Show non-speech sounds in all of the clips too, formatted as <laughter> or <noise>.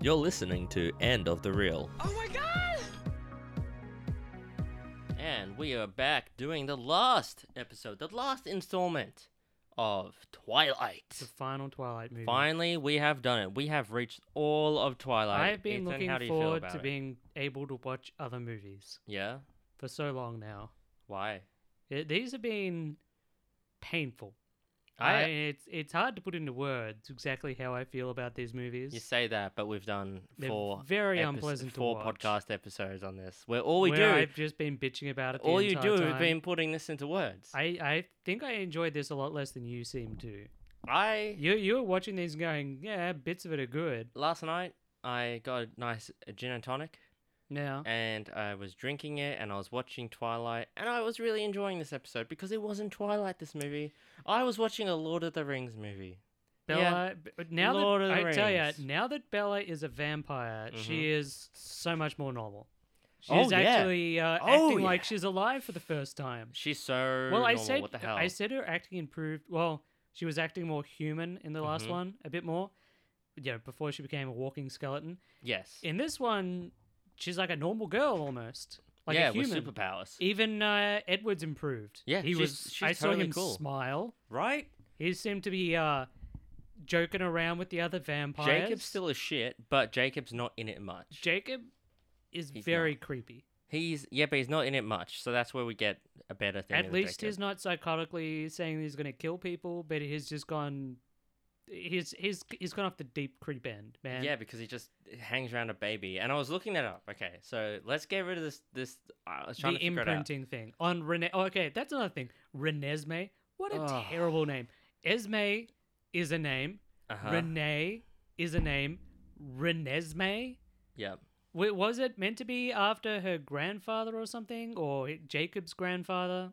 You're listening to End of the Reel. Oh my god! And we are back doing the last episode, the last installment of The Twilight. final Twilight movie. Finally, we have done it. We have reached all of Twilight. I have been Ethan, looking how do you feel forward about to it? being able to watch other movies Yeah? for so long now. Why? It, these have been painful. I, I- it's it's hard to put into words exactly how I feel about these movies. You say that, but we've done They're four very epis- unpleasant to four watch. podcast episodes on this. Where all we Where do I've just been bitching about it. The all you entire do is time. been putting this into words. I, I think I enjoyed this a lot less than you seem to. I You you were watching these and going, yeah, bits of it are good. last night I got a nice uh, gin and tonic Now and I was drinking it and I was watching Twilight and I was really enjoying this episode because it wasn't Twilight this movie. I was watching a Lord of the Rings movie. Bella, b- but now Lord of that the I tell Rings. Mm-hmm. you, now that Bella is a vampire, she is so much more normal. She's Oh, yeah. actually uh, Oh, acting like yeah. she's alive for the first time. She's so well, I normal, said what the hell? I said her acting improved. Well, she was acting more human in the last Mhm. one, a bit more. You know, before she became a walking skeleton. yes. In this one, she's like a normal girl almost, like yeah, a human. with superpowers. Even uh, Edward's improved. Yeah, he she's- was. she's I saw totally him cool. smile. right? He seemed to be uh, joking around with the other vampires. Jacob's still a shit, but Jacob's not in it much. Jacob is He's very creepy. He's yeah, but he's not in it much, so that's where we get a better thing. At of least Jacob. he's not psychotically saying he's going to kill people, but he's just gone. He's he's he's gone off the deep creep end, man. Yeah, because he just hangs around a baby, and I was looking that up. Okay, so let's get rid of this. This uh, I was trying the to figure it out. imprinting thing on Rene. Oh, okay, that's another thing. Renesmee, what a Ugh. terrible name. Esme is a name. Uh-huh. Renee is a name. Renesmee. Yep. Wait, was it meant to be after her grandfather or something, or Jacob's grandfather?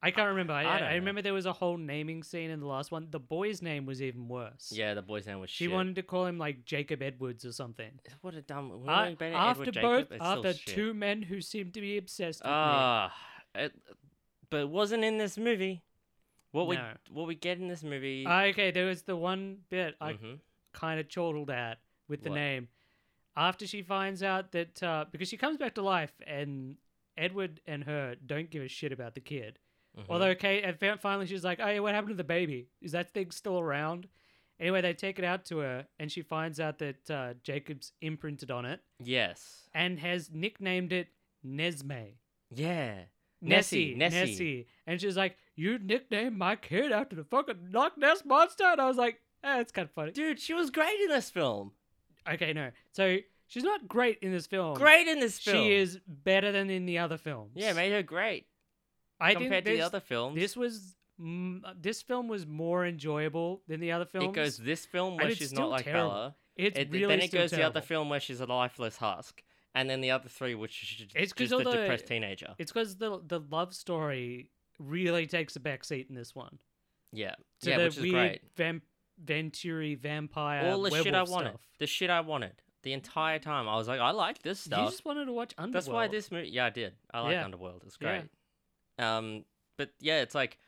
I can't remember. I, I I, don't I know. remember there was a whole naming scene in the last one. The boy's name was even worse. Yeah, the boy's name was she shit. wanted to call him like Jacob Edwards or something. What a dumb. I- What after both, Jacob, it's still after shit. two men who seemed to be obsessed with me. Ah, it, but it wasn't in this movie. What we No. what we get in this movie? Ah, okay, there was the one bit I Mhm. kind of chortled at with the What? name. After she finds out that uh, because she comes back to life and Edward and her don't give a shit about the kid. Mhm. Although, okay, and fa- finally she's like, "Oh, yeah, what happened to the baby? Is that thing still around?" Anyway, they take it out to her, and she finds out that uh, Jacob's imprinted on it yes, and has nicknamed it Nesme. yeah, Nessie, Nessie. And she's like, "You nicknamed my kid after the fucking Loch Ness monster," and I was like, eh, "That's kind of funny." dude, she was great in this film. Okay, no, so she's not great in this film. Great in this film. Oh, She is better than in the other films. Yeah, made her great I think compared to the this- other films. This was mm, uh, this film was more enjoyable than the other films. It goes this film and where it's she's still not like terrible. Bella. It's It, really then it still goes the other terrible. film where she's a lifeless husk, and then the other three, which is just, It's 'cause just the all the- depressed teenager. It's because the the love story really takes a backseat in this one. Yeah, To yeah, the which is weird great. Vamp- Venturi vampire. All the shit I werewolf wanted, stuff. the shit I wanted, the entire time. I was like, I like this You stuff. just wanted to watch Underworld. That's why this movie. Yeah, I did. I like Yeah. Underworld. It's Yeah. great. Um, but yeah, it's like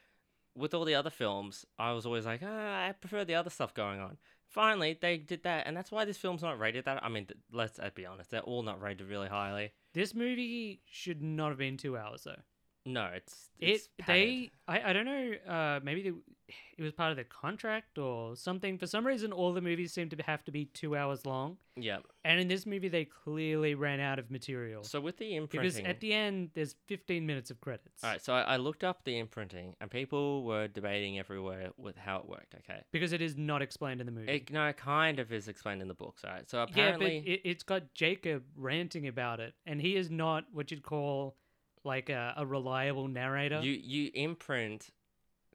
with all the other films, I was always like, ah, I prefer the other stuff going on. Finally, they did that, and that's why this film's not rated that. I mean, th- let's uh, be honest, they're all not rated really highly. This movie should not have been two hours though. No, it's, It it's padded. they I, I don't know uh maybe they, it was part of the contract or something. For some reason, all the movies seem to have to be two hours long. yeah. And in this movie, they clearly ran out of material. So with the because imprinting, at the end, there's 15 minutes of credits. all right. So I, I looked up the imprinting, and people were debating everywhere with how it worked. Okay, Because it is not explained in the movie. it, no, it kind of is explained in the books. All right. So yeah, but apparently, it, it's got Jacob ranting about it, and he is not what you'd call like a, a reliable narrator. you you imprint,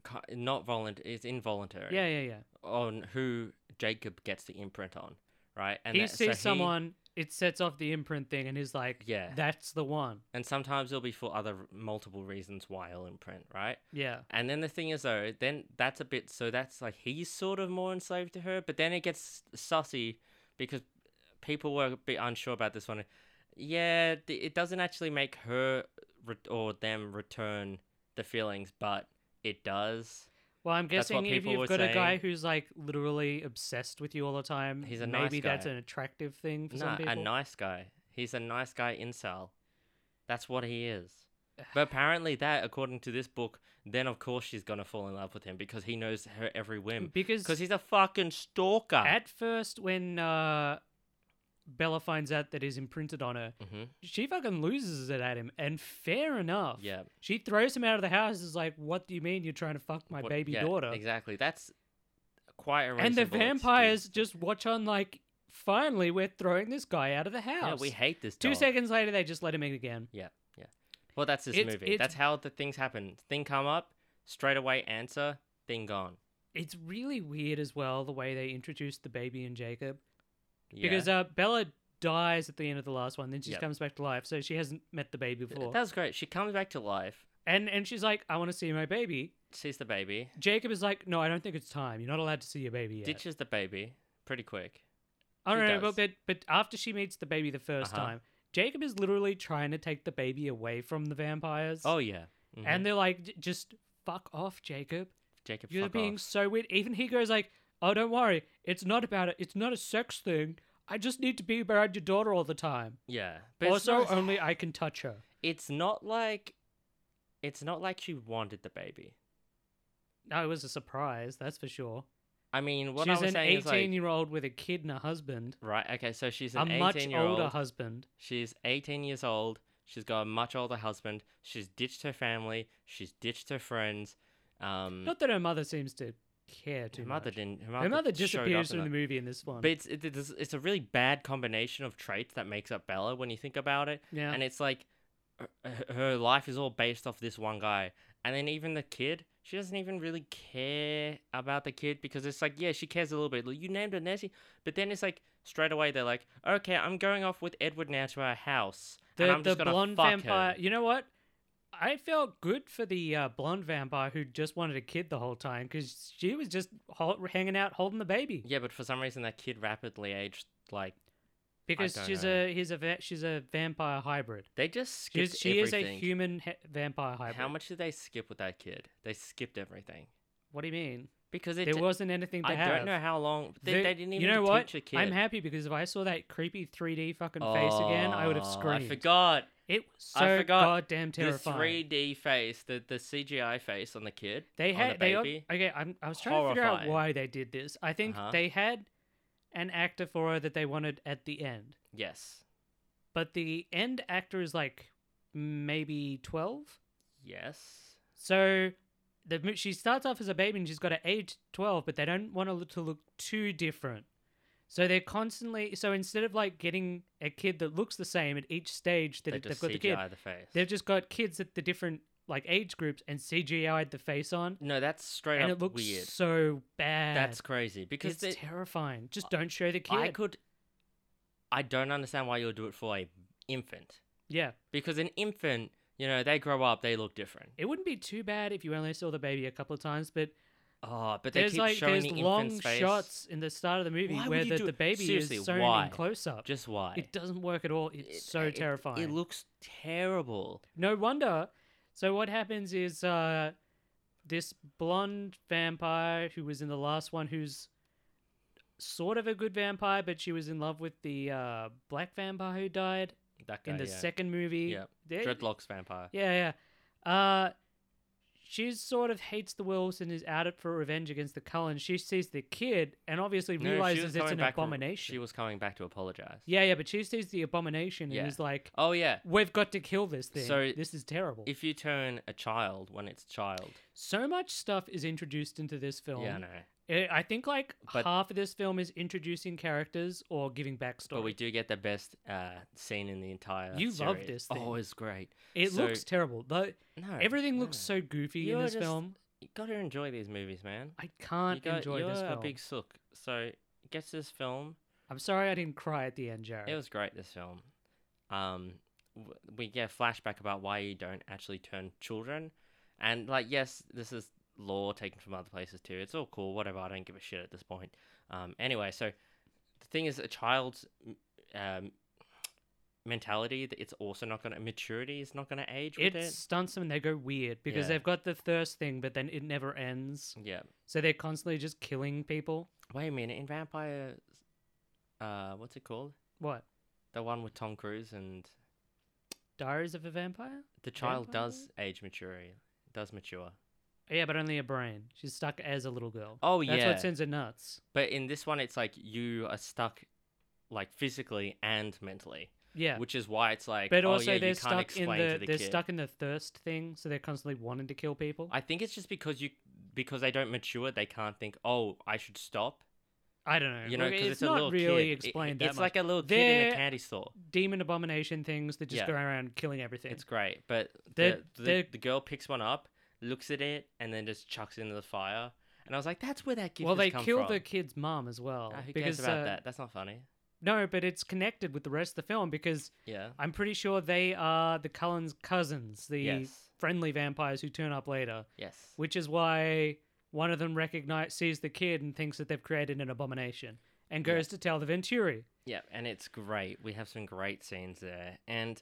ki- not voluntary. It's involuntary. yeah, yeah, yeah. on who Jacob gets the imprint on, right? And he that- so sees someone, it sets off the imprint thing, and he's like, Yeah. that's the one." and sometimes there'll be for other r- multiple reasons why he'll imprint, right? Yeah, And then the thing is, though, then that's a bit. So that's like he's sort of more enslaved to her, but then it gets sussy because people were a bit unsure about this one. Yeah, th- it doesn't actually make her re- or them return the feelings, but it does. Well, I'm That's what guessing if people were you've got a guy saying. who's like literally obsessed with you all the time, He's a nice maybe that's guy. an attractive thing for some Nah, people. a nice guy. He's a nice guy incel. That's what he is. But apparently, that according to this book, then of course she's gonna fall in love with him because he knows her every whim. because Because he's a fucking stalker. at first, when uh, Bella finds out that he's imprinted on her, hmm she fucking loses it at him, and fair enough. Yeah. She throws him out of the house. Is like, what do you mean you're trying to fuck my What- baby yeah, daughter? Exactly. That's quite a And reasonable the excuse. vampires just watch on like, finally, we're throwing this guy out of the house. Yeah, we hate this. Two dog. seconds later, they just let him in again. Well, that's this It's- movie. it's- That's how the things happen. Thing come up, straight away answer. Thing gone. It's really weird as well the way they introduced the baby and Jacob Yeah. because uh, Bella dies at the end of the last one, then she Yep. comes back to life, so she hasn't met the baby Th- before. that was great. She comes back to life, And and she's like, I want to see my baby. sees the baby, Jacob is like, No, I don't think it's time. You're not allowed to see your baby yet. ditches the baby pretty quick. I She don't know, does. but, but but after she meets the baby the 1st Uh-huh. time, Jacob is literally trying to take the baby away from the vampires. Oh yeah. Mhm. and they're like, "J- just fuck off, Jacob. Jacob, You're fuck being off. so weird. Even he goes like, "Oh, don't worry. It's not about it. It's not a sex thing. I just need to be around your daughter all the time. Yeah. But it's also, not- only I can touch her." it's not like, it's not like she wanted the baby. No, it was a surprise. That's for sure. I mean, what She's I was an saying is like, eighteen-year-old with a kid and a husband, right? Okay, so she's a an much eighteen-year-old. older husband. She's 18 years old. She's got a much older husband. She's ditched her family. She's ditched her friends. Um, Not that her mother seems to care too her mother much. didn't. Her Her mother, mother showed up disappears in from the movie in this one. But it's, it, it's it's a really bad combination of traits that makes up Bella when you think about it. yeah, And it's like her- her, her life is all based off this one guy. And then even the kid, she doesn't even really care about the kid because it's like, yeah, she cares a little bit. Like, you named her Nessie. But then it's like, straight away, they're like, okay, I'm going off with Edward now to our house. and the I'm the just gonna blonde fuck her." vampire. You know what? I felt good for the uh, blonde vampire who just wanted a kid the whole time because she was just hol- hanging out holding the baby Yeah, but for some reason that kid rapidly aged. Like because don't she's know. a he's a va- she's a vampire hybrid. they just skipped She's, she is a everything. human he- vampire hybrid. How much did they skip with that kid? They skipped everything What do you mean? because it. there d- wasn't anything to I have. don't know how long they, The- they didn't even You know teach what? a kid. I'm happy because if I saw that creepy 3D fucking face again, I would have Oh, screamed. I forgot It was so I forgot goddamn terrifying. the 3D face, the the CGI face on the kid. They on had the they o- baby. okay. I'm, I was trying to figure out Horrifying. why they did this. I think Uh-huh. they had an actor for her that they wanted at the end, Yes. but the end actor is like maybe twelve. Yes. So the mo- she starts off as a baby and she's got to age twelve, but they don't want her look- to look too different. So they're constantly so instead of like getting a kid that looks the same at each stage that they it- they've just got CGI the kid, face. they've just got kids at the different like age groups and CGI'd the face on, No, that's straight and up it looks weird. so bad. That's crazy because It's they, terrifying. Just don't show the kid. I could. I don't understand why you would do it for a infant yeah, because an infant, you know, they grow up, they look different. it wouldn't be too bad if you only saw the baby a couple of times, but Oh, but they there's keep like showing there's the long infant's face. shots in the start of the movie Why would where you the, do the it? baby Seriously, is shown why? in close up. Just why? It doesn't work at all. It's It- so it- terrifying. It looks terrible. no wonder. So what happens is uh, this blonde vampire who was in the last one, who's sort of a good vampire, but she was in love with the uh, black vampire who died That guy, in the yeah. second movie. Yep. They- dreadlocks vampire. Yeah, yeah. Uh, she sort of hates the Wills and is out it for revenge against the Cullens. She sees the kid and obviously No, she was realizes it's coming an back to- abomination. she was coming back to apologize. Yeah, yeah, but she sees the abomination Yeah. and is like, Oh yeah. "We've got to kill this thing. So, this is terrible." If you turn a child when it's child, so much stuff is introduced into this film. Eh, yeah, no. I- I think like But- half of this film is introducing characters or giving backstory. But we do get the best uh, scene in the entire. You love series. this Oh, thing. it's great. it so- looks terrible. The, No, everything looks no. so goofy You're in this just- film. You gotta enjoy these movies, man. I You can't got, enjoy you're this a film. big sook. So gets this film. I'm sorry I didn't cry at the end, Jared. It was great. This film. Um, w- we get a flashback about why you don't actually turn children, and like yes, this is law taken from other places too. It's all cool, whatever. I don't give a shit at this point. Um, anyway, so the thing is, a child's m- um, mentality that it's also not going to maturity is not going to age with It it. stunts them and they go weird because Yeah. they've got the thirst thing, but then it never ends. Yeah. So they're constantly just killing people. Wait a minute. In Vampire, uh, what's it called? What? The one with Tom Cruise and Diaries of a Vampire? the child Vampire? does age maturity. Does mature. Yeah, but only a brain. She's stuck as a little girl. Oh That's yeah. what sends her nuts. But in this one, it's like you are stuck, like physically and mentally, Yeah. which is why it's like. but oh, also yeah, they're you can't stuck in explain the, to the they're kid. stuck in the thirst thing, so they're constantly wanting to kill people. I, I think it's just because you because they don't mature, they can't think. Oh, I should stop. don't know. You know, Look, because it's, it's, a not little really kid. It- explained that It's much. like a little kid in They're- a candy store. demon abomination things that just Yeah. go around killing everything. It's great, but They're- the, they're- the, the girl picks one up, looks at it, and then just chucks it into the fire. And I was like, that's where that gift well, has they come kill from. the kid's mom as well. Ah, who because, cares about uh, that? That's not funny. No, but it's connected with the rest of the film because Yeah. I'm pretty sure they are the Cullens' cousins, the Yes. friendly vampires who turn up later, Yes. which is why one of them recognize sees the kid and thinks that they've created an abomination and Yeah. goes to tell the Venturi. Yeah, and it's great. We have some great scenes there. And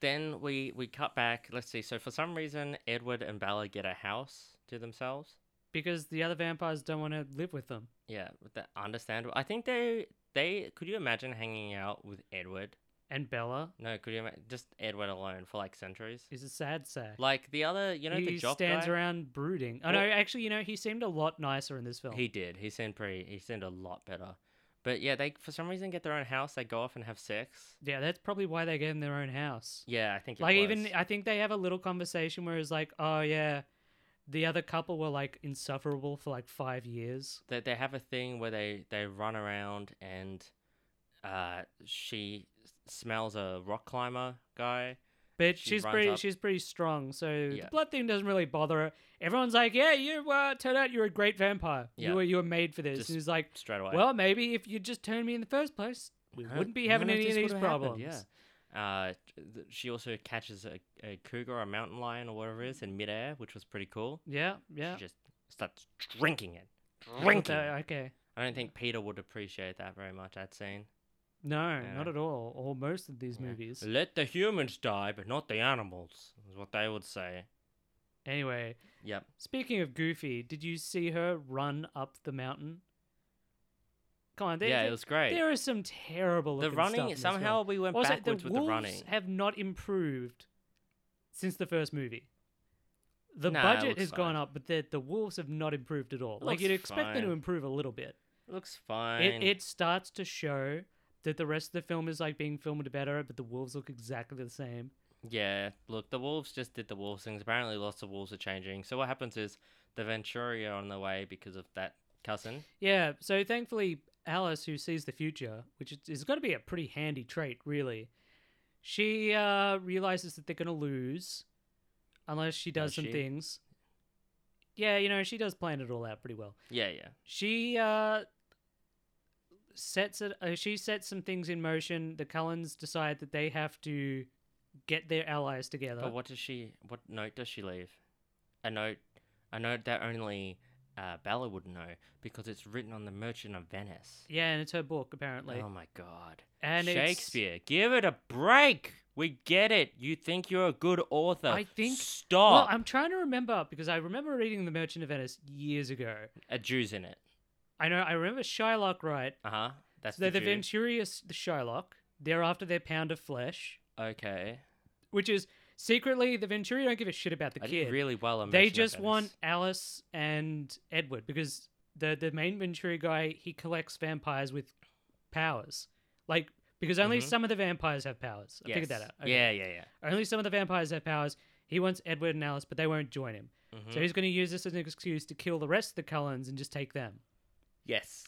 then we we cut back. Let's see. So for some reason, Edward and Bella get a house to themselves. Because the other vampires don't want to live with them. Yeah, with that understandable. I think they they could you imagine hanging out with Edward? And Bella No, could you ima- just Edward alone for like centuries? is a sad sack. Like the other, you know, he the job stands guy. around brooding. Oh no, Well- actually, you know, he seemed a lot nicer in this film. He did. He seemed pretty. He seemed a lot better. But yeah, they for some reason get their own house. They go off and have sex. Yeah, that's probably why they gave him their own house. Yeah, I think it like was. even I think they have a little conversation where it's like, oh yeah, the other couple were like insufferable for like five years. that they have a thing where they they run around and uh she s- smells a rock climber guy But She she's runs pretty up- she's pretty strong, so Yeah. the blood thing doesn't really bother her. Everyone's like, yeah, you uh, turned out you're a great vampire. Yeah. You were you were made for this. Just and he's like, straight away. well, maybe if you just turned me in the first place, we None- wouldn't be none having of any of this these would've problems. happened, yeah. Uh, th- she also catches a, a cougar, or a mountain lion, or whatever it is, in midair, which was pretty cool. yeah, yeah. She just starts drinking it. But, Drinking. uh, it. okay. I don't think Peter would appreciate that very much. That scene. No, Yeah. not at all. Or most of these Yeah. movies. Let the humans die, but not the animals, is what they would say. Anyway, Yep. Speaking of Goofy, did you see her run up the mountain? Come on, there, yeah, there, it was great. there is some terrible. the looking stuff in running this film. somehow we went Also, backwards the with the wolves running. Have not improved since the first movie. The Nah, it budget looks has gone fine. up, but the the wolves have not improved at all. It like looks you'd expect them to fine. improve a little bit. Looks fine. It it starts to show that the rest of the film is like being filmed better, but the wolves look exactly the same. yeah. Look, the wolves just did the wolves things. Apparently, lots of wolves are changing. So what happens is the Venturi are on the way because of that cousin. Yeah, so thankfully, Alice, who sees the future, which is- is going to be a pretty handy trait, really, she uh, realizes that they're going to lose unless she does Does some she? things. Yeah, you know, she does plan it all out pretty well. Yeah, yeah, She uh, sets it. Uh, she sets some things in motion. The Cullens decide that they have to get their allies together. But what does she? What note does she leave? A note, a note that only uh, Bella would know because it's written on the Merchant of Venice. Yeah, and it's her book apparently. oh my God! and it's- Shakespeare, give it a break. We get it. You think you're a good author? I think- Stop. Well, I'm trying to remember because I remember reading The Merchant of Venice years ago. a Jew's in it. I know. I remember Shylock, right? Uh huh. That's So they're the the Jew. Venturious the Shylock. They're after their pound of flesh, Okay. which is secretly the Venturi don't give a shit about the I kid. did really well on they Merchant of just Venice. want Alice and Edward because the the main Venturi guy he collects vampires with powers, like because only Mhm. some of the vampires have powers. I figured that Yes. out. Okay. Yeah, yeah, yeah. Only some of the vampires have powers. He wants Edward and Alice, but they won't join him. So Mhm. he's going to use this as an excuse to kill the rest of the Cullens and just take them. yes.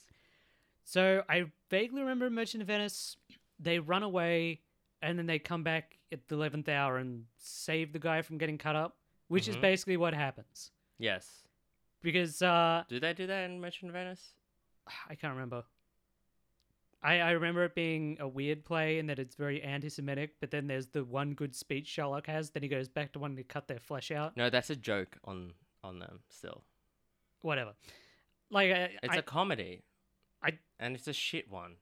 So I vaguely remember Merchant of Venice. They run away and then they come back at the eleventh hour and save the guy from getting cut up, which is Mhm. basically what happens. Yes. Because uh, <sighs> Do they do that in Merchant of Venice? I can't remember. I, I remember it being a weird play and that it's very anti-Semitic. But then there's the one good speech Sherlock has. Then he goes back to wanting to cut their flesh out. No, that's a joke on on them still. Whatever. Like I, It's I- a comedy. I- and it's a shit one.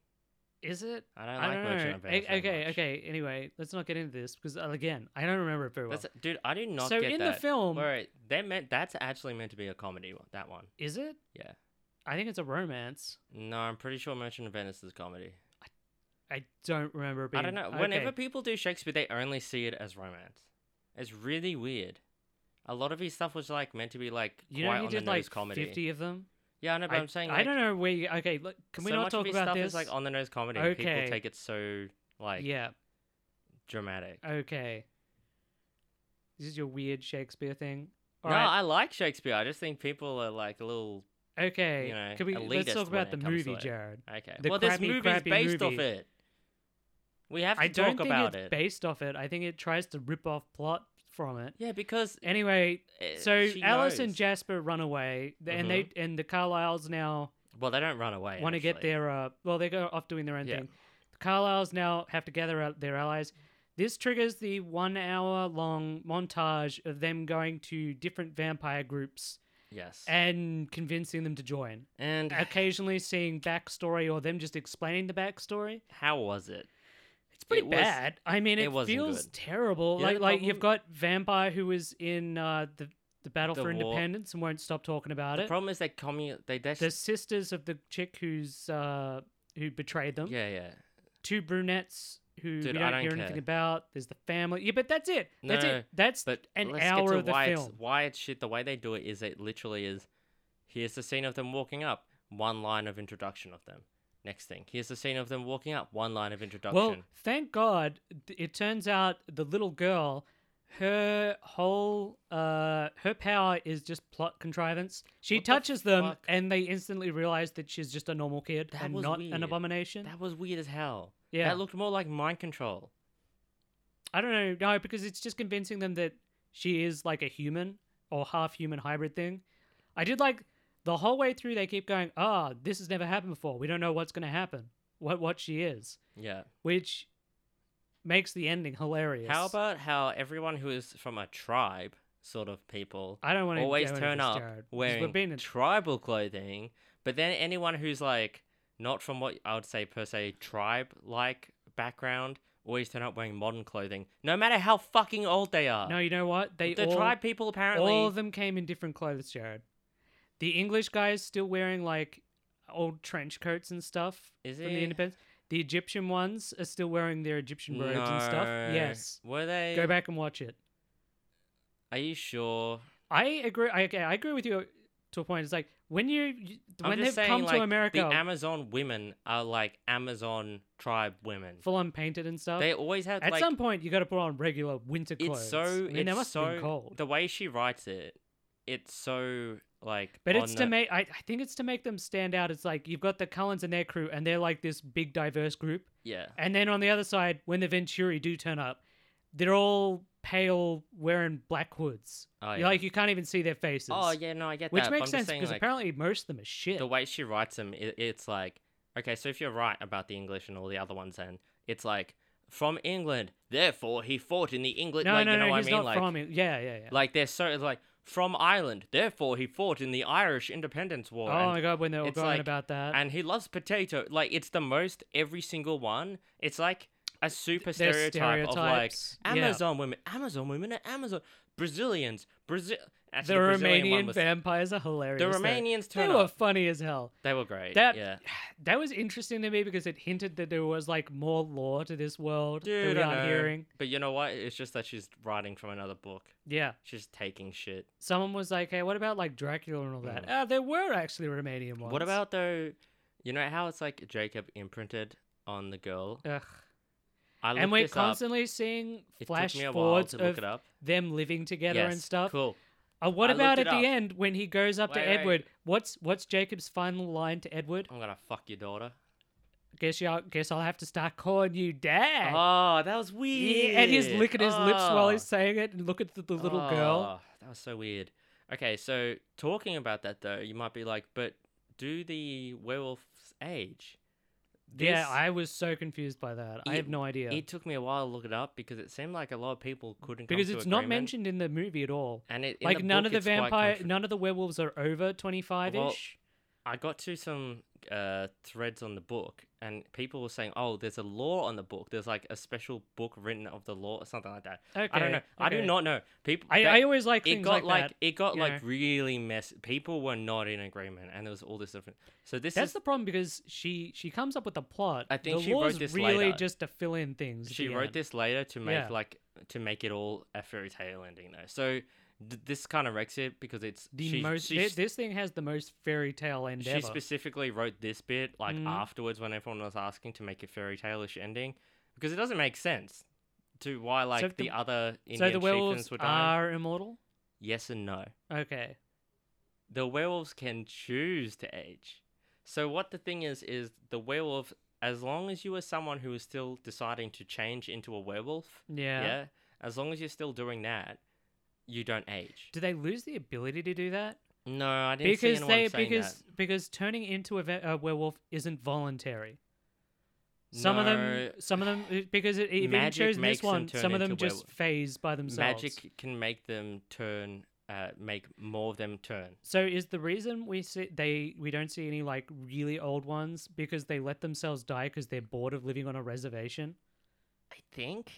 Is it? I don't like Merchant of Venice. I- very okay, much. okay. Anyway, let's not get into this because uh, again, I don't remember it very well. That's, dude, I do not so get in that. the film, All right, they meant that's actually meant to be a comedy. one- That one. is it? Yeah. I think it's a romance. No, I'm pretty sure Merchant of Venice is comedy. I don't remember. it Being, I don't know. okay. Whenever people do Shakespeare, they only see it as romance. It's really weird. A lot of his stuff was like meant to be like you quite know he on did the nose like comedy. fifty of them. Yeah, I know, but I, am saying I like, don't know where. You, okay, look, can we so not much of talk his about stuff this? Is, like on the nose comedy. and Okay. People take it so like yeah. Uh, dramatic. Okay. This is your weird Shakespeare thing. All no, right. I like Shakespeare. I just think people are like a little okay. you know, Can we let's elitist talk when about it the comes to movie, it. Jared? okay. The well, this crappy, movie's crappy based off movie. it. We have to I don't talk think about it's it. based off it. I think it tries to rip off plot from it. Yeah, because Anyway, uh, so she Alice and knows. Mm-hmm. Jasper run away, th- and they and the Carlisles now well, they don't run away. want to get actually. their uh, well, they go off doing their own Yeah. thing. The Carlisles now have to gather out their allies. This triggers the one-hour-long montage of them going to different vampire groups Yes. and convincing them to join. <sighs> And occasionally seeing backstory or them just explaining the backstory. how was it? It's pretty It was- bad. I mean, it it, wasn't feels good. terrible. You know like the like you've problem- got vampire who was in uh, the the battle The war. for independence and won't stop talking about The it. problem is they commu- they dash- the sisters of the chick who's uh, who betrayed them. Yeah, yeah. Two brunettes who Dude, we I don't, don't hear anything care. about. There's the family. Yeah, but that's it. That's No, it. That's But an let's hour get to of the why film. It's, why it's shit. The way they do it is it literally is. Here's the scene of them walking up. One line of introduction of them. Next thing. Here's the scene of them walking up. One line of introduction. Well, thank God, th- it turns out the little girl, her whole uh her power is just plot contrivance. She What the touches them fuck? and they instantly realize that she's just a normal kid That and was not an weird. abomination. that was weird as hell. yeah. That looked more like mind control. I don't know, no, because it's just convincing them that she is like a human or half human hybrid thing. I did like the whole way through they keep going, "Ah, this has never happened before. We don't know what's going to happen. What what she is." Yeah. Which makes the ending hilarious. How about how everyone who is from a tribe sort of people I don't want to always turn up Jared, 'cause We're wearing being a- tribal clothing, but then anyone who's like not from what I would say per se tribe like background always turn up wearing modern clothing, no matter how fucking old they are. no, you know what? They the all, tribe people apparently. all of them came in different clothes, Jared. The English guy is still wearing like old trench coats and stuff Is from the he? independence. The Egyptian ones are still wearing their Egyptian robes and stuff. No. Yes, Were they? go back and watch it. Are you sure? I agree. I, okay, I agree with you to a point. It's like when you you- I'm when just they've saying, come like, to America, the Amazon women are like Amazon tribe women. full on painted and stuff. They always have At like some point, you got to put on regular winter clothes. it's so I mean, it's they must so have been cold. the way she writes it it's so like But it's on to the- make I, I think it's to make them stand out. It's like you've got the Cullens and their crew, and they're like this big diverse group. yeah And then on the other side, when the Venturi do turn up, they're all pale, wearing black hoods. oh You- yeah. Like you can't even see their faces. <laughs> oh yeah no i get which that but makes I'm just sense saying, because like, apparently most of them are shit. the way she writes them it, it's like okay so if you're right about the english and all the other ones then it's like from england therefore he fought in the england no, like no, you know no, what he's i mean not like from it. Yeah, yeah, yeah. like they're so like from ireland therefore he fought in the irish independence oh war and my god, when they were it's going like- about that, and he loves potato. Like it's the most every single one. It's like a super They're stereotype of like stereotypes, yeah. Amazon women, Amazon women, are Amazon Brazilians, Brazil. the Actually, the, Brazilian Romanian one was, vampires are hilarious. the though. Romanians they turn were up. funny as hell. They were great. That yeah, that was interesting to me because it hinted that there was like more lore to this world that dude, we I aren't know. hearing. But you know what? It's just that she's writing from another book. Yeah, She's just taking shit. someone was like, "Hey, what about like Dracula and all that?" Ah, there were actually Romanian ones. Mm. What about though? You know how it's like Jacob imprinted on the girl. Ugh. I looked And we're this up. constantly seeing It flash took me a while forwards to look of it up. them living together Yes, and stuff. Cool. Uh, what I about at looked it the up. end when he goes up Wait, to wait. Edward? What's what's Jacob's final line to Edward? I'm gonna fuck your daughter. Guess you guess I'll have to start calling you dad. Oh, that was Yeah, weird. and he's licking his lips while Oh. he's saying it and looking at the little girl. Oh, That was so weird. Okay, so talking about that though, you might be like, but do the werewolf's age? Yeah, This- I was so confused by that. I It- have no idea It took me a while to look it up because it seemed like a lot of people couldn't. because come to it's not agreement, mentioned in the movie at all. And it in like the none book, of the it's quite vampire, contra- none of the werewolves are over twenty five ish. I got to some uh, threads on the book, and people were saying, "Oh, there's a law on the book. There's like a special book written of the law or something like that." Okay. I don't know. I do okay. not know. People, I, that- I always like it things got like, like that. it got you like know. really messy. People were not in agreement, and there was all this different. So this That's is the problem because she she comes up with a plot. I think the she wrote law's this really later. just to fill in things. at she the wrote end. this later to make Yeah. like to make it all a fairy tale ending though. So th- this kind of wrecks it because it's The she- most she thi- s- this thing has the most fairy tale end She ever. specifically wrote this bit like Mhm. afterwards when everyone was asking to make a fairy tale-ish ending because it doesn't make sense to why like if the, the- other Indian so the werewolves chieftains were dying. are immortal. Yes and no. Okay. The werewolves can choose to age. So what the thing is is the werewolf as long as you are someone who is still deciding to change into a werewolf, Yeah. yeah, as long as you're still doing that, you don't age. Do they lose the ability to do that? No, I didn't see Because anyone they saying because that. because turning into a, ve- a werewolf isn't voluntary. Some of them, No. some of them, it- because it, it even Magic shows makes this them one. turn Some of them into just werewolf. phase by themselves. magic can make them turn uh, make more of them turn So is the reason we see they we don't see any like really old ones because they let themselves die because they're bored of living on a reservation? i think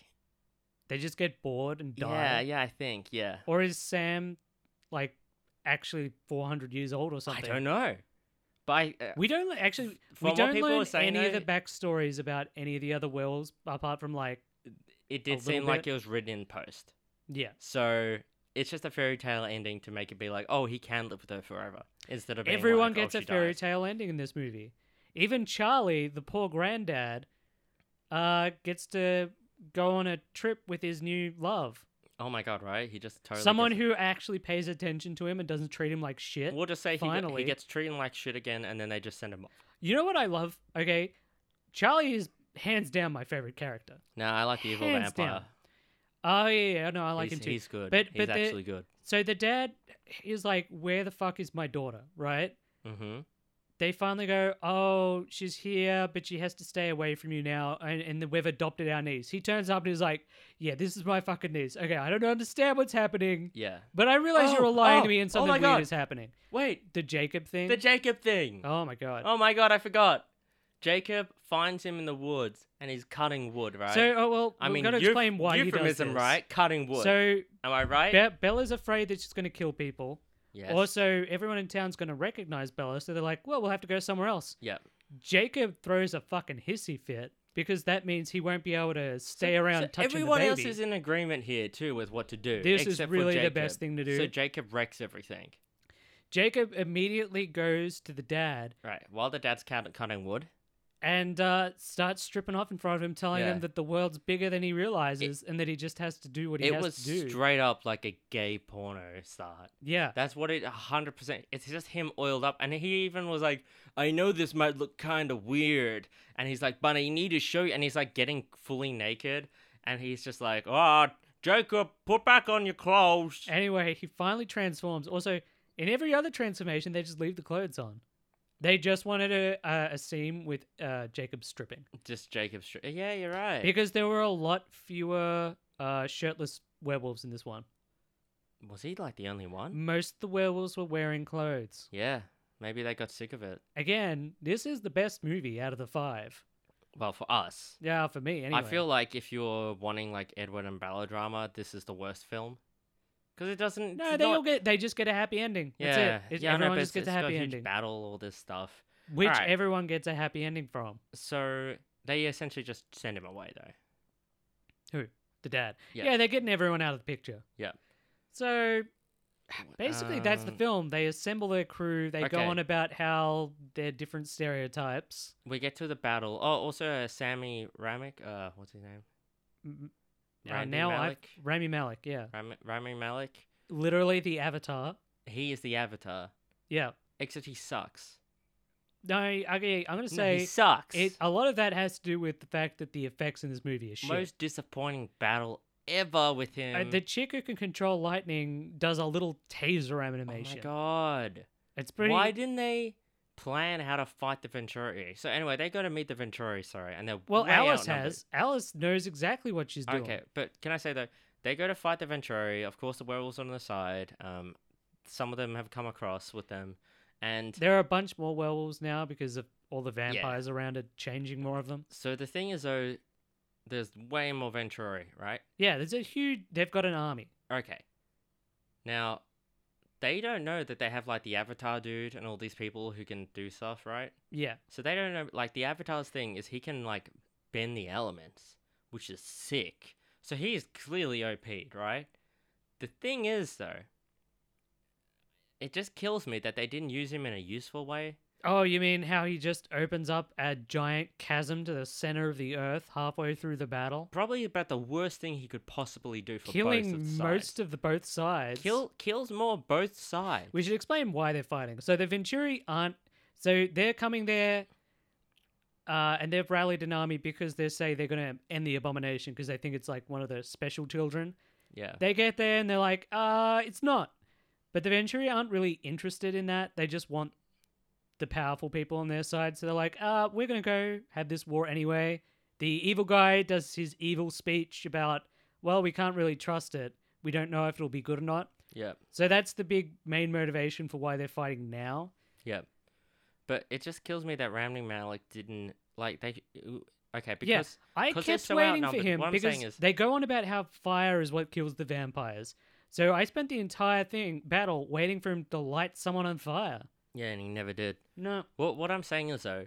They just get bored and die. yeah yeah i think yeah Or is Sam like actually 400 years old or something? i don't know but I, uh, We don't le- actually From we what don't people were learn saying, any of though- the backstories about any of the other wells apart from like it a did little seem like bit. it was written in post yeah. so it's just a fairy tale ending to make it be like oh he can live with her forever instead of being Everyone like, gets oh, a she fairy dies. tale ending in this movie. Even Charlie, the poor granddad, uh, gets to go on a trip with his new love. oh my god right he just totally Someone gets- who actually pays attention to him and doesn't treat him like shit. We'll just say he, get- finally- he gets treated like shit again, and then they just send him off. You know what I love? Okay, Charlie is hands down my favorite character. No, I like the evil Hands down. vampire. Oh yeah, yeah, no, I like he's, him too. He's good. But- he's but the- actually good. So the dad is like, "Where the fuck is my daughter?" Right? Mm-hmm. They finally go, "Oh, she's here, but she has to stay away from you now." And, and then we've adopted our niece. He turns up and he's like, "Yeah, this is my fucking niece. Okay, I don't understand what's happening, Yeah. but I realize Oh, you're lying oh, to me and oh something my weird God. is happening." Wait, The Jacob thing. the Jacob thing. oh my god. Oh my god, I forgot. Jacob finds him in the woods and he's cutting wood, right? So, oh well, I we're mean, gonna euf- explain why euphemism, he does this. right? Cutting wood. So Am I right? Be- Bella's afraid that she's going to kill people. yes. Also, everyone in town's going to recognize Bella, so they're like, "Well, we'll have to go somewhere else." Yep. Jacob throws a fucking hissy fit because that means he won't be able to stay So- around so touching everyone the baby. else is in agreement here too with what to do. This is except for really the Jacob. best thing to do. So Jacob wrecks everything. Jacob immediately goes to the dad Right. While the dad's cut- cutting wood, and uh, starts stripping off in front of him, telling Yeah. him that the world's bigger than he realizes and that he just has to do what he it has was to do. straight up like a gay porno start. yeah. That's what it 100%. It's just him oiled up. And he even was like, I know this might look kind of weird. And he's like, but I need to show you. And he's like getting fully naked. And he's just like, oh, Jacob, put back on your clothes. Anyway, he finally transforms. Also, in every other transformation, they just leave the clothes on. They just wanted a, a, a scene with uh, Jacob stripping just Jacob. Str- yeah, you're right. because there were a lot fewer uh, shirtless werewolves in this one. was he like the only one? Most of the werewolves were wearing clothes. Yeah. Maybe they got sick of it. Again, this is the best movie out of the five. Well, for us. Yeah, for me anyway. I feel like if you're wanting like Edward and Ballodrama, this is the worst film. Because it doesn't. no, it's they not- all get they just get a happy ending. Yeah, That's it. It's, yeah, I know, everyone but just it's- gets a it's got happy huge ending, Battle, all this stuff. which Alright. everyone gets a happy ending from. So they essentially just send him away, though. The dad. Yeah. yeah they're getting everyone out of the picture. Yeah. So Basically, that's the Um, film. They assemble their crew. They go okay. on about how they're different stereotypes. We get to the battle. Oh, also uh, Sammy Ramick. Uh, what's his name? M- uh, Randy now Malik. I've Rami Malik. Yeah, Ram- Rami Malik. literally the Avatar. He is the Avatar, Yeah. except he sucks. No, okay. I'm No, gonna he say sucks. it. A lot of that has to do with the fact that the effects in this movie are shit. Most disappointing battle ever with him. Uh, the chick who can control lightning does a little taser oh my animation. god! It's pretty. Why didn't they plan how to fight the Venturi? So anyway, they go to meet the Venturi. Sorry, and they're well, way Alice outnumbered. has. Alice knows exactly what she's doing. Okay, but can I say though, they go to fight the Venturi. Of course, the werewolves on the side. Um, some of them have come across with them, And There are a bunch more werewolves now because of all the vampires around are changing more of them. so the thing is, though, there's way more Venturi, right? Yeah, there's a huge. They've got an army. Okay. Now, they don't know that they have like the Avatar dude and all these people who can do stuff, right? Yeah, So they don't know. Like the Avatar's thing is he can like bend the elements, which is sick. So he is clearly OP'd, right? The thing is, though, it just kills me that they didn't use him in a useful way. Oh, you mean how he just opens up a giant chasm to the center of the earth halfway through the battle, Probably about the worst thing he could possibly do for both of the killing sides. most of the both sides. Kill kills more both sides. We should explain why they're fighting. So the Venturi aren't. So they're coming there, uh, and they've rallied an army because they say they're going to end the abomination because they think it's like one of the special children. yeah. They get there and they're like, uh, it's not. But the Venturi aren't really interested in that. They just want the powerful people on their side. So they're like, uh, we're going to go have this war anyway. The evil guy does his evil speech about, well, we can't really trust it. We don't know if it'll be good or not. yeah. So that's the big main motivation for why they're fighting now. Yeah, but it just kills me that Rami Malik didn't like they. ooh, Okay, because Yeah, I 'cause kept they're so waiting for outnumbered. him What I'm because saying is- they go on about how fire is what kills the vampires. So I spent the entire thing battle waiting for him to light someone on fire. yeah, and he never did. No, What what I'm saying is though,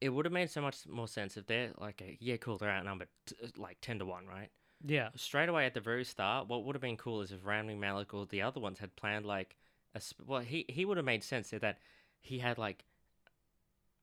it would have made so much more sense if they're like, uh, yeah, cool, they're outnumbered t- uh, like ten to one, right? yeah, Straight away at the very start, what would have been cool is if Rami Malik or the other ones had planned like a sp- well, he he would have made sense in that he had like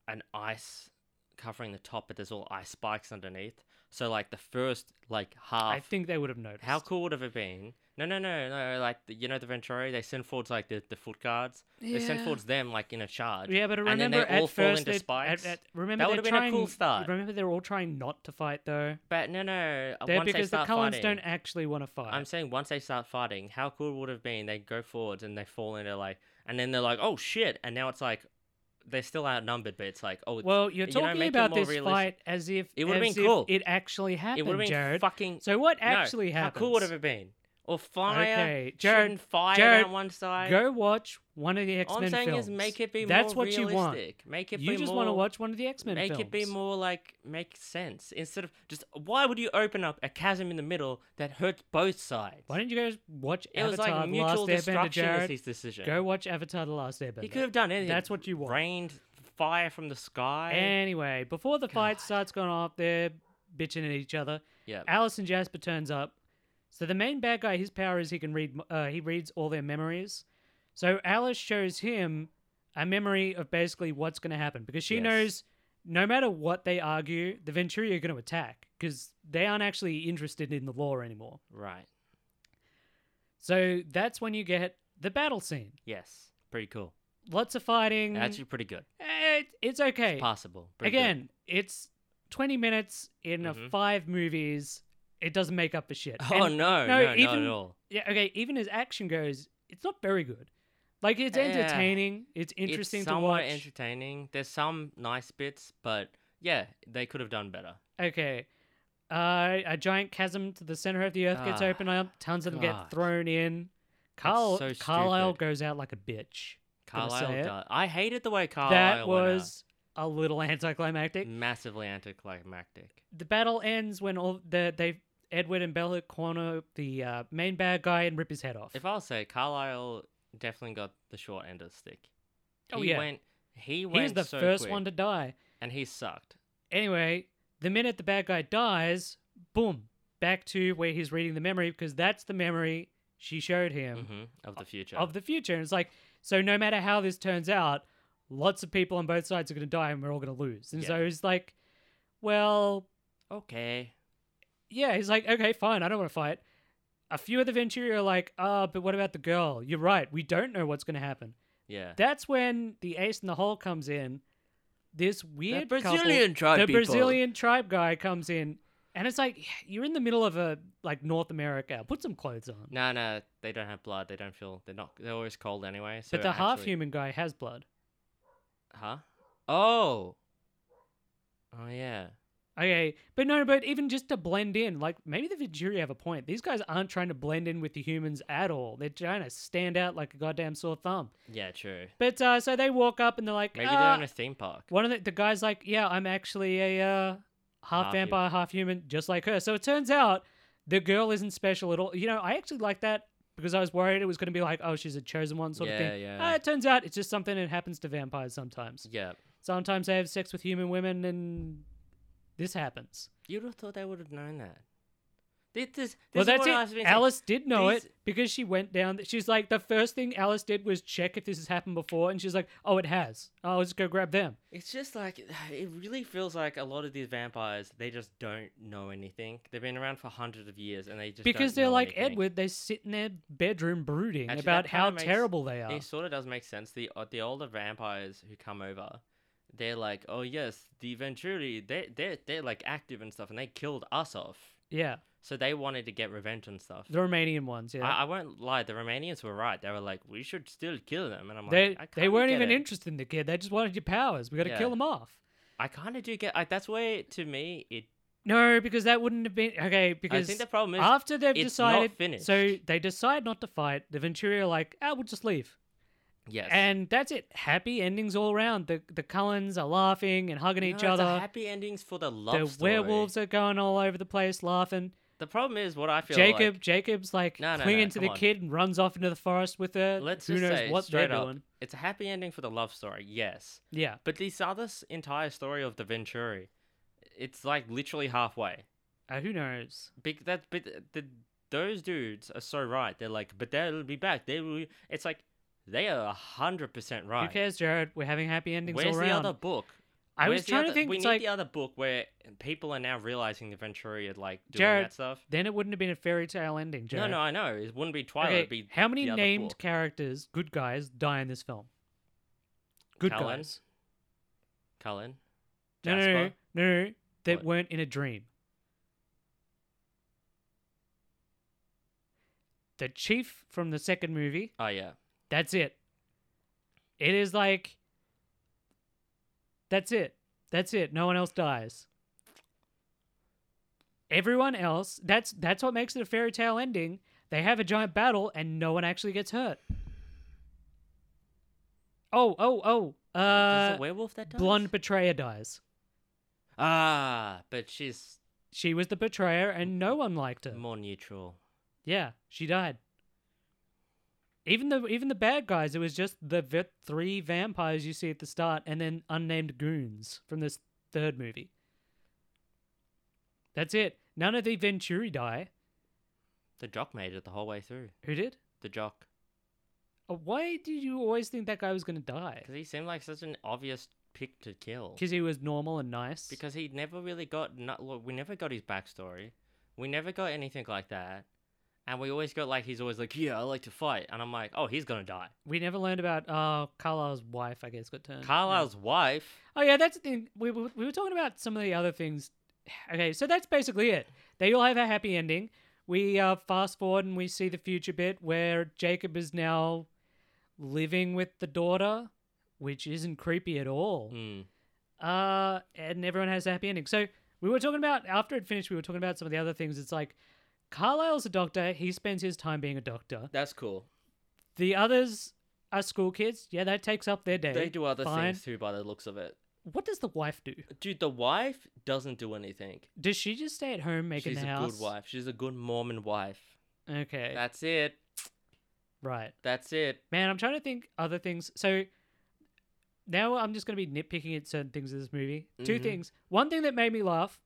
an ice covering the top, but there's all ice spikes underneath. So like the first like half, I think they would have noticed. Ah. How cool would it have been? No, no, no, no. Like the, you know, the Venturi, they send forwards like the, the foot guards. They send forwards them like in a charge. Yeah, but and then they remember all at fall first into they spikes. At, at, remember That they're would have been a cool trying- start. Remember they're all trying not to fight though. But no, no. uh, They're once they because the start Cullens fighting, don't actually want to fight. I'm saying once they start fighting, how cool would it have been? They go forwards and they fall into like, and then they're like, oh shit, and now it's like, they're still outnumbered, but it's like, oh, it's- well, you're you know, talking make it about more this realistic. fight as if It would've as been if cool. It actually happened, it would have been Jared. fucking. So what No, actually how happened? cool would it have been? Or fire, Okay, Jared, shooting fire Jared, down one side. Go watch one of the X All Men I'm saying films. is make it be That's more what realistic. you want. Make it You be just more, want to watch one of the X Men Make films. it be more like make sense instead of just why would you open up a chasm in the middle that hurts both sides? Why don't you guys watch it was Avatar: like The mutual Last Airbender, destruction is Jared? his decision. Go watch Avatar: The Last Airbender. he could have done anything. That's what you want. Rained fire from the sky. Anyway, before the fight God. starts going off, they're bitching at each other. yeah, Alice and Jasper turns up. So the main bad guy, his power is he can read. m- Uh, he reads all their memories. So Alice shows him a memory of basically what's going to happen because she Yes. knows no matter what they argue, the Venturi are going to attack because they aren't actually interested in the law anymore. right. So that's when you get the battle scene. Yes, pretty cool. Lots of fighting. Actually, pretty good. Eh, it- it's Mm. okay. Possible. Pretty good. Again, it's 20 minutes in Mhm. a five movies. It doesn't make up for shit. <laughs> Oh And- no, no, no, not even- at all. Yeah, okay, even as action goes, it's not very good. Like it's Yeah. entertaining, it's interesting it's to somewhat watch. entertaining. There's some nice bits, but yeah, they could have done better. okay. Uh, a giant chasm to the center of the earth gets Ah, opened up. Tons of them God. get thrown in. Carl so Carlisle stupid. goes out like a bitch. Gonna say Carlisle it. does. Oh, I Mm. hated the way Carlisle went out. that was a little <laughs> anticlimactic. massively anticlimactic. The battle ends when all the they Edward and Bella corner the uh, main bad guy and rip his head off. If I'll say Carlisle definitely got the short end of the stick. Oh, he yeah. went he he went was the so first quick, one to die. and he sucked. Anyway, the minute the bad guy dies, boom, back to where he's reading the memory because that's the memory she showed him hmm of the future. of the future. And it's like, so no matter how this turns out, lots of people on both sides are going to die and we're all going to lose. And so Yeah. he's like, well, okay. yeah, he's like, okay, fine, I don't want to fight. A few of the Venturi are like, ah, but what about the girl? You're right, we don't know what's going to happen. Yeah. That's when the ace in the hole comes in. This weird couple- Brazilian tribe the people. Brazilian tribe guy comes in, and it's like you're in the middle of a like North America. Put some clothes on. No, no, they don't have blood. They don't feel. They're not. They're always cold anyway. So but the half actually- human guy has blood. Huh? Oh. Oh yeah. Okay, but no, but even just to blend in, like maybe the Vajiri have a point. These guys aren't trying to blend in with the humans at all. They're trying to stand out like a goddamn sore thumb. Yeah, true. But uh, so they walk up and they're like, Maybe "Uh, they're in a theme park. one of the, the guys like, yeah, I'm actually a uh, half, Half human. vampire, half human, just like her. So it turns out the girl isn't special at all. You know, I actually like that because I was worried it was going to be like, oh, she's a chosen one sort of Yeah, thing. yeah. Ah, it turns out it's just something that happens to vampires sometimes. Yeah. Sometimes they have sex with human women, and this happens. You'd have thought they would have known that. This, this, this Well, is that's what I've it. been saying. Alice did know These- it because she went down. th- She's like, the first thing Alice did was check if this has happened before, and she's like, oh, it has. I'll just go grab them. It's just like <sighs> it really feels like a lot of these vampires they just don't know anything. They've been around for hundreds of years and they just because don't they're know like anything. Edward, they sit in their bedroom brooding Actually, that about kinda how makes- terrible they are. It sort of does make sense. The uh, the older vampires who come over, they're like, oh yes, the Venturi, they they they're like active and stuff, and they killed us off, Yeah, so they wanted to get revenge and stuff. the Romanian ones. Yeah, I, I won't lie, the Romanians were right. They were like, we should still kill them, and I'm like, they I they kinda weren't get even it. interested in the kid. They just wanted your powers. We got to 'em kill Yeah. them off. I kind of do get. I, that's where to me it. No, because that wouldn't have been okay. I Because think the problem is after they've it's not decided, so finished. they decide not to fight. The Venturi are like, ah, we'll just leave, yes, and that's it. Happy endings all around. The the Cullens are laughing and hugging No, each it's a other. happy endings for the love. The story. werewolves are going all over the place laughing. The problem is what I feel. Jacob, like, Jacob's like No, no, no, clinging to come the on. kid and runs off into the forest with her. let's uh, Who just knows say what they're straight up, doing? it's a happy ending for the love story. Yes, Yeah, but this other s- entire story of the Venturi, it's like literally halfway. uh, who knows? Big that but uh, the those dudes are so right. They're like, but they'll be back. They will. It's like they are hundred percent right. Who cares, Jared? We're having happy endings Where's all the around. other book? I Where's was the trying to other- think. We It's need like the other book where people are now realizing the Venturi are like doing Jared, that stuff. then it wouldn't have been a fairy tale ending, Jared. No, no, I know. It wouldn't be Twilight. Okay, It'd be how many the other named book. characters, good guys, die in this film? Good Cullen, guys. Cullen? No, no, no, Jasper? no, no, that What? weren't in a dream. The chief from the second movie. Oh yeah. That's it. It is like that's it. That's it. No one else dies. Everyone else, that's that's what makes it a fairy tale ending. They have a giant battle and no one actually gets hurt. Oh, oh, oh. Mm, Does Uh the werewolf that dies? blonde betrayer dies. Ah, but she's She was the betrayer and no one liked her. more neutral. Yeah, she died. Even the even the bad guys, it was just the v- three vampires you see at the start, and then unnamed goons from this third movie. That's it. None of the Venturi die. The jock made it the whole way through. Who did? The jock, Uh, Why did you always think that guy was gonna die? because he seemed like such an obvious pick to kill. Because he was normal and nice. Because he never really got. Not, look, we never got his backstory. We never got anything like that. And we always got like he's always like, yeah, I like to fight, and I'm like, oh, he's gonna die. we never learned about uh Carlisle's wife. I guess got turned. Uh, yeah. Carlisle's wife. Oh yeah, that's the thing. We, we we were talking about some of the other things. Okay, so that's basically it. They all have a happy ending. We uh, fast forward and we see the future bit where Jacob is now living with the daughter, which isn't creepy at all. Mm. Uh, and everyone has a happy ending. So we were talking about after it finished. We were talking about some of the other things. It's like Carlisle's a doctor. He spends his time being a doctor. That's cool. The others are school kids. Yeah, that takes up their day. They do other fine. things too, by the looks of it. What does the wife do? Dude, the wife doesn't do anything. Does she just stay at home making She's the a house? good wife. She's a good Mormon wife. Okay. That's it. right. That's it. Man, I'm trying to think other things. So now I'm just going to be nitpicking at certain things in this movie. Two Mhm. things. One thing that made me laugh.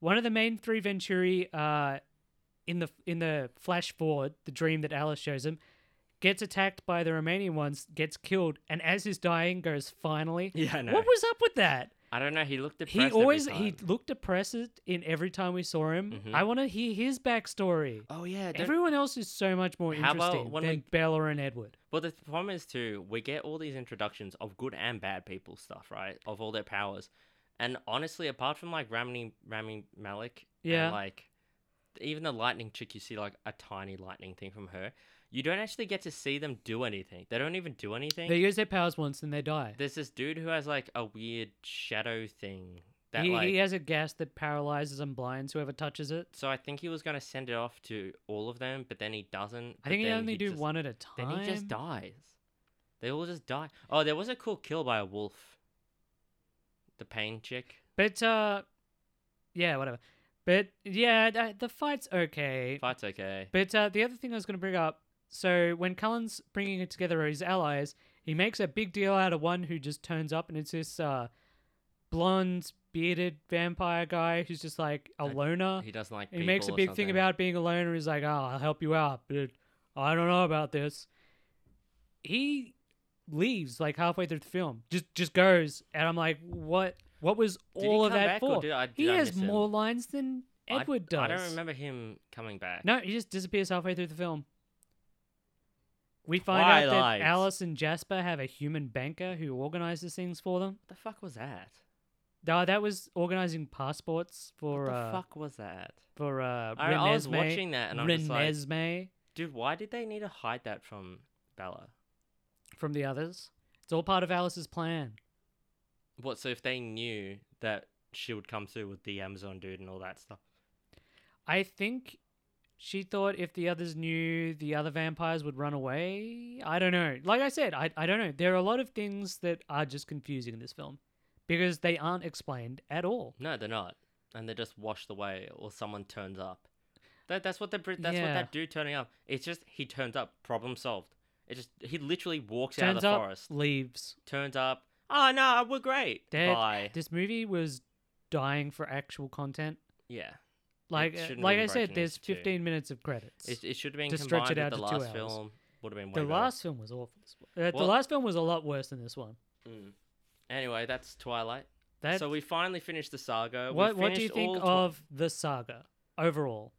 One of the main three Venturi, uh, in the in the flash forward, the dream that Alice shows him, gets attacked by the Romanian ones, gets killed, and as he's dying, goes finally. <laughs> Yeah, I know. What was up with that? I don't know. He looked depressed. He every always he time. looked depressed in every time we saw him. Mhm. I want to hear his backstory. Oh yeah. don't- Everyone else is so much more How about interesting when than we- Bella and Edward. Well, the problem is too. We get all these introductions of good and bad people stuff, right? Of all their powers, and honestly, apart from like Rami Rami Malik, Yeah. and, like even the lightning chick, you see like a tiny lightning thing from her. You don't actually get to see them do anything. They don't even do anything. They use their powers once and they die. There's this dude who has like a weird shadow thing That he, like he has a gas that paralyzes and blinds whoever touches it. so I think he was gonna send it off to all of them, but then he doesn't. I but think he then only do just- one at a time. Then he just dies. They all just die. Oh, there was a cool kill by a wolf. The pain chick. But uh, yeah, whatever. But yeah, th- uh, the fight's okay. Fight's okay. But uh, the other thing I was going to bring up so when Cullen's bringing it together his allies, he makes a big deal out of one who just turns up, and it's this uh, blonde, bearded vampire guy who's just like a I- loner. He doesn't like. Uh, He makes a people or big thing something. about being a loner. He's like, oh, I'll help you out, but I don't know about this. He leaves like halfway through the film. Just just goes, and I'm like, what? What was Did he all of come that back, for? Or did I, did he I has miss him? more lines than I- Edward does. I don't remember him coming back. No, he just disappears halfway through the film. We find out Twilight. that Alice and Jasper have a human banker who organizes things for them. What the fuck was that? No, that was organizing passports for What the uh, fuck was that? for uh, I, I was Renesmee. watching that and I'm just like, Renesmee. dude, why did they need to hide that from Bella? from the others. It's all part of Alice's plan. What? So if they knew that she would come through with the Amazon dude and all that stuff, I think she thought if the others knew, the other vampires would run away. I don't know. Like I said, I, I don't know. There are a lot of things that are just confusing in this film because they aren't explained at all. no, they're not, and they're just washed away, or someone turns up. That that's what the Brit- that's Yeah. what that dude turning up. It's just he turns up, problem solved. It just he literally walks out of Turns the up, forest, leaves. turns up. Oh no, we're great. Dead. Bye. This movie was dying for actual content. Yeah. Like uh, shouldn't have like been I said, broken there's into two. 15 minutes of credits. It, it should have been To stretch combined it with out the to two last hours. film. Would have been way the better. last film was awful. Uh, Well- the last film was a lot worse than this one. Mm. Anyway, that's Twilight. That So we finally finished the saga. Uh, We what what do you finished think all twi- of the saga overall?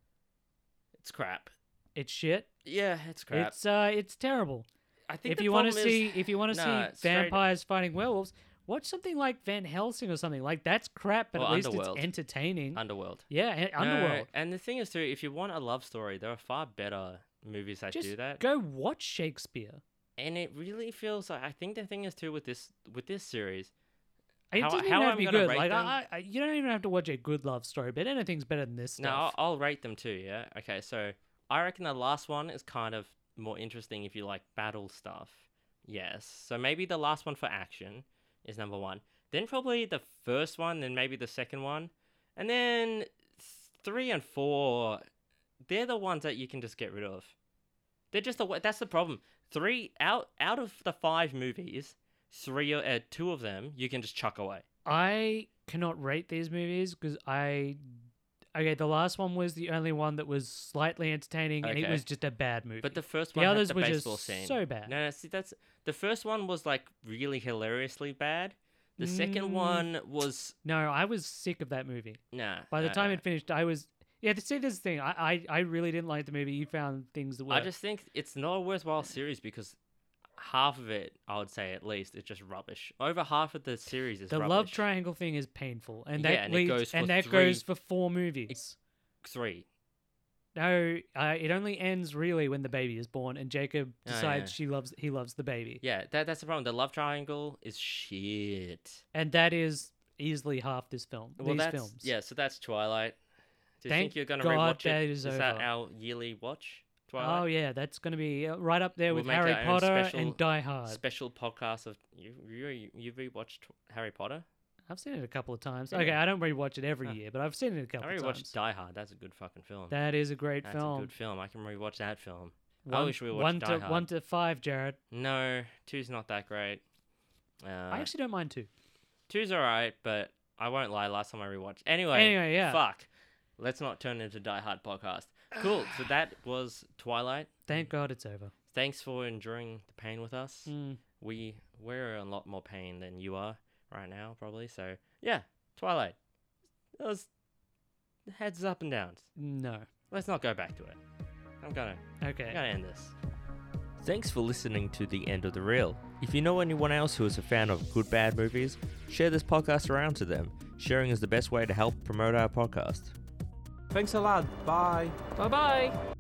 It's crap. It's shit. Yeah, it's crap. It's uh, it's terrible. I think If the you want to problem is- see, if you want to Nah, see straight- vampires fighting werewolves, watch something like Van Helsing or something. Like that's crap, but Or at least Underworld. it's entertaining. Underworld. yeah, and- No, Underworld. and the thing is too, if you want a love story, there are far better movies that Just do that. go watch Shakespeare. And it really feels like I think the thing is too with this with this series. It How- doesn't how even have I'm to be gonna good. rate Like them? I, I, you don't even have to watch a good love story, but anything's better than this No, I'll, stuff. I'll rate them too. Yeah. Okay. So I reckon the last one is kind of more interesting if you like battle stuff. Yes. So maybe the last one for action is number one. Then probably the first one. Then maybe the second one. And then three and four, they're the ones that you can just get rid of. They're just the wa- that's the problem. Three out out of the five movies, three or uh, two of them you can just chuck away. I cannot rate these movies because I. Okay, the last one was the only one that was slightly entertaining, and it Okay. was just a bad movie. But the first The one, others had the were just baseball scene. so bad. No, no, see, that's the first one was like really hilariously bad. The Mm. second one was no, I was sick of that movie. nah. By the no, time no. it finished, I was yeah. th- See, this is the thing. I, I I really didn't like the movie. You found things that were. I just think it's not a worthwhile series because half of it, I would say at least, is just rubbish. Over half of the series is the rubbish. love triangle thing is painful, and that Yeah, and it leads goes for and that three- goes for four movies. three. No, uh, it only ends really when the baby is born, and Jacob Oh, decides yeah. she loves he loves the baby, Yeah, that that's the problem. The love triangle is shit. and that is easily half this film. Well, these that's films. yeah. So that's Twilight. Do you Thank think you're gonna God rewatch that it? is that over. our yearly watch? Twilight. Oh yeah, that's gonna be uh, right up there We'll with make Harry our own Potter special- and Die Hard. special podcast of you. You you rewatched Harry Potter? I've seen it a couple of times. Really? Okay, I don't rewatch it every Huh. year, but I've seen it a couple I of rewatched times. Die Hard. That's a good fucking film. That is a great That's film. a good film. I can rewatch that film. I One, wish we watched one Die to Hard. one to five, Jared. No, two's not that great. Uh, I actually don't mind two. two's alright, but I won't lie. Last time I rewatched. Anyway, Anyway, yeah. Fuck. Let's not turn into Die Hard podcast. Cool. <sighs> so that was Twilight. Thank God it's over. Thanks for enduring the pain with us. Mm. We we're in a lot more pain than you are right now, probably. So yeah, Twilight. It was heads up and downs. No. Let's not go back to it. I'm gonna, Okay. I'm gonna end this. Thanks for listening to the end of the reel. If you know anyone else who is a fan of good bad movies, share this podcast around to them. Sharing is the best way to help promote our podcast. Thanks a lot. Bye. Bye bye.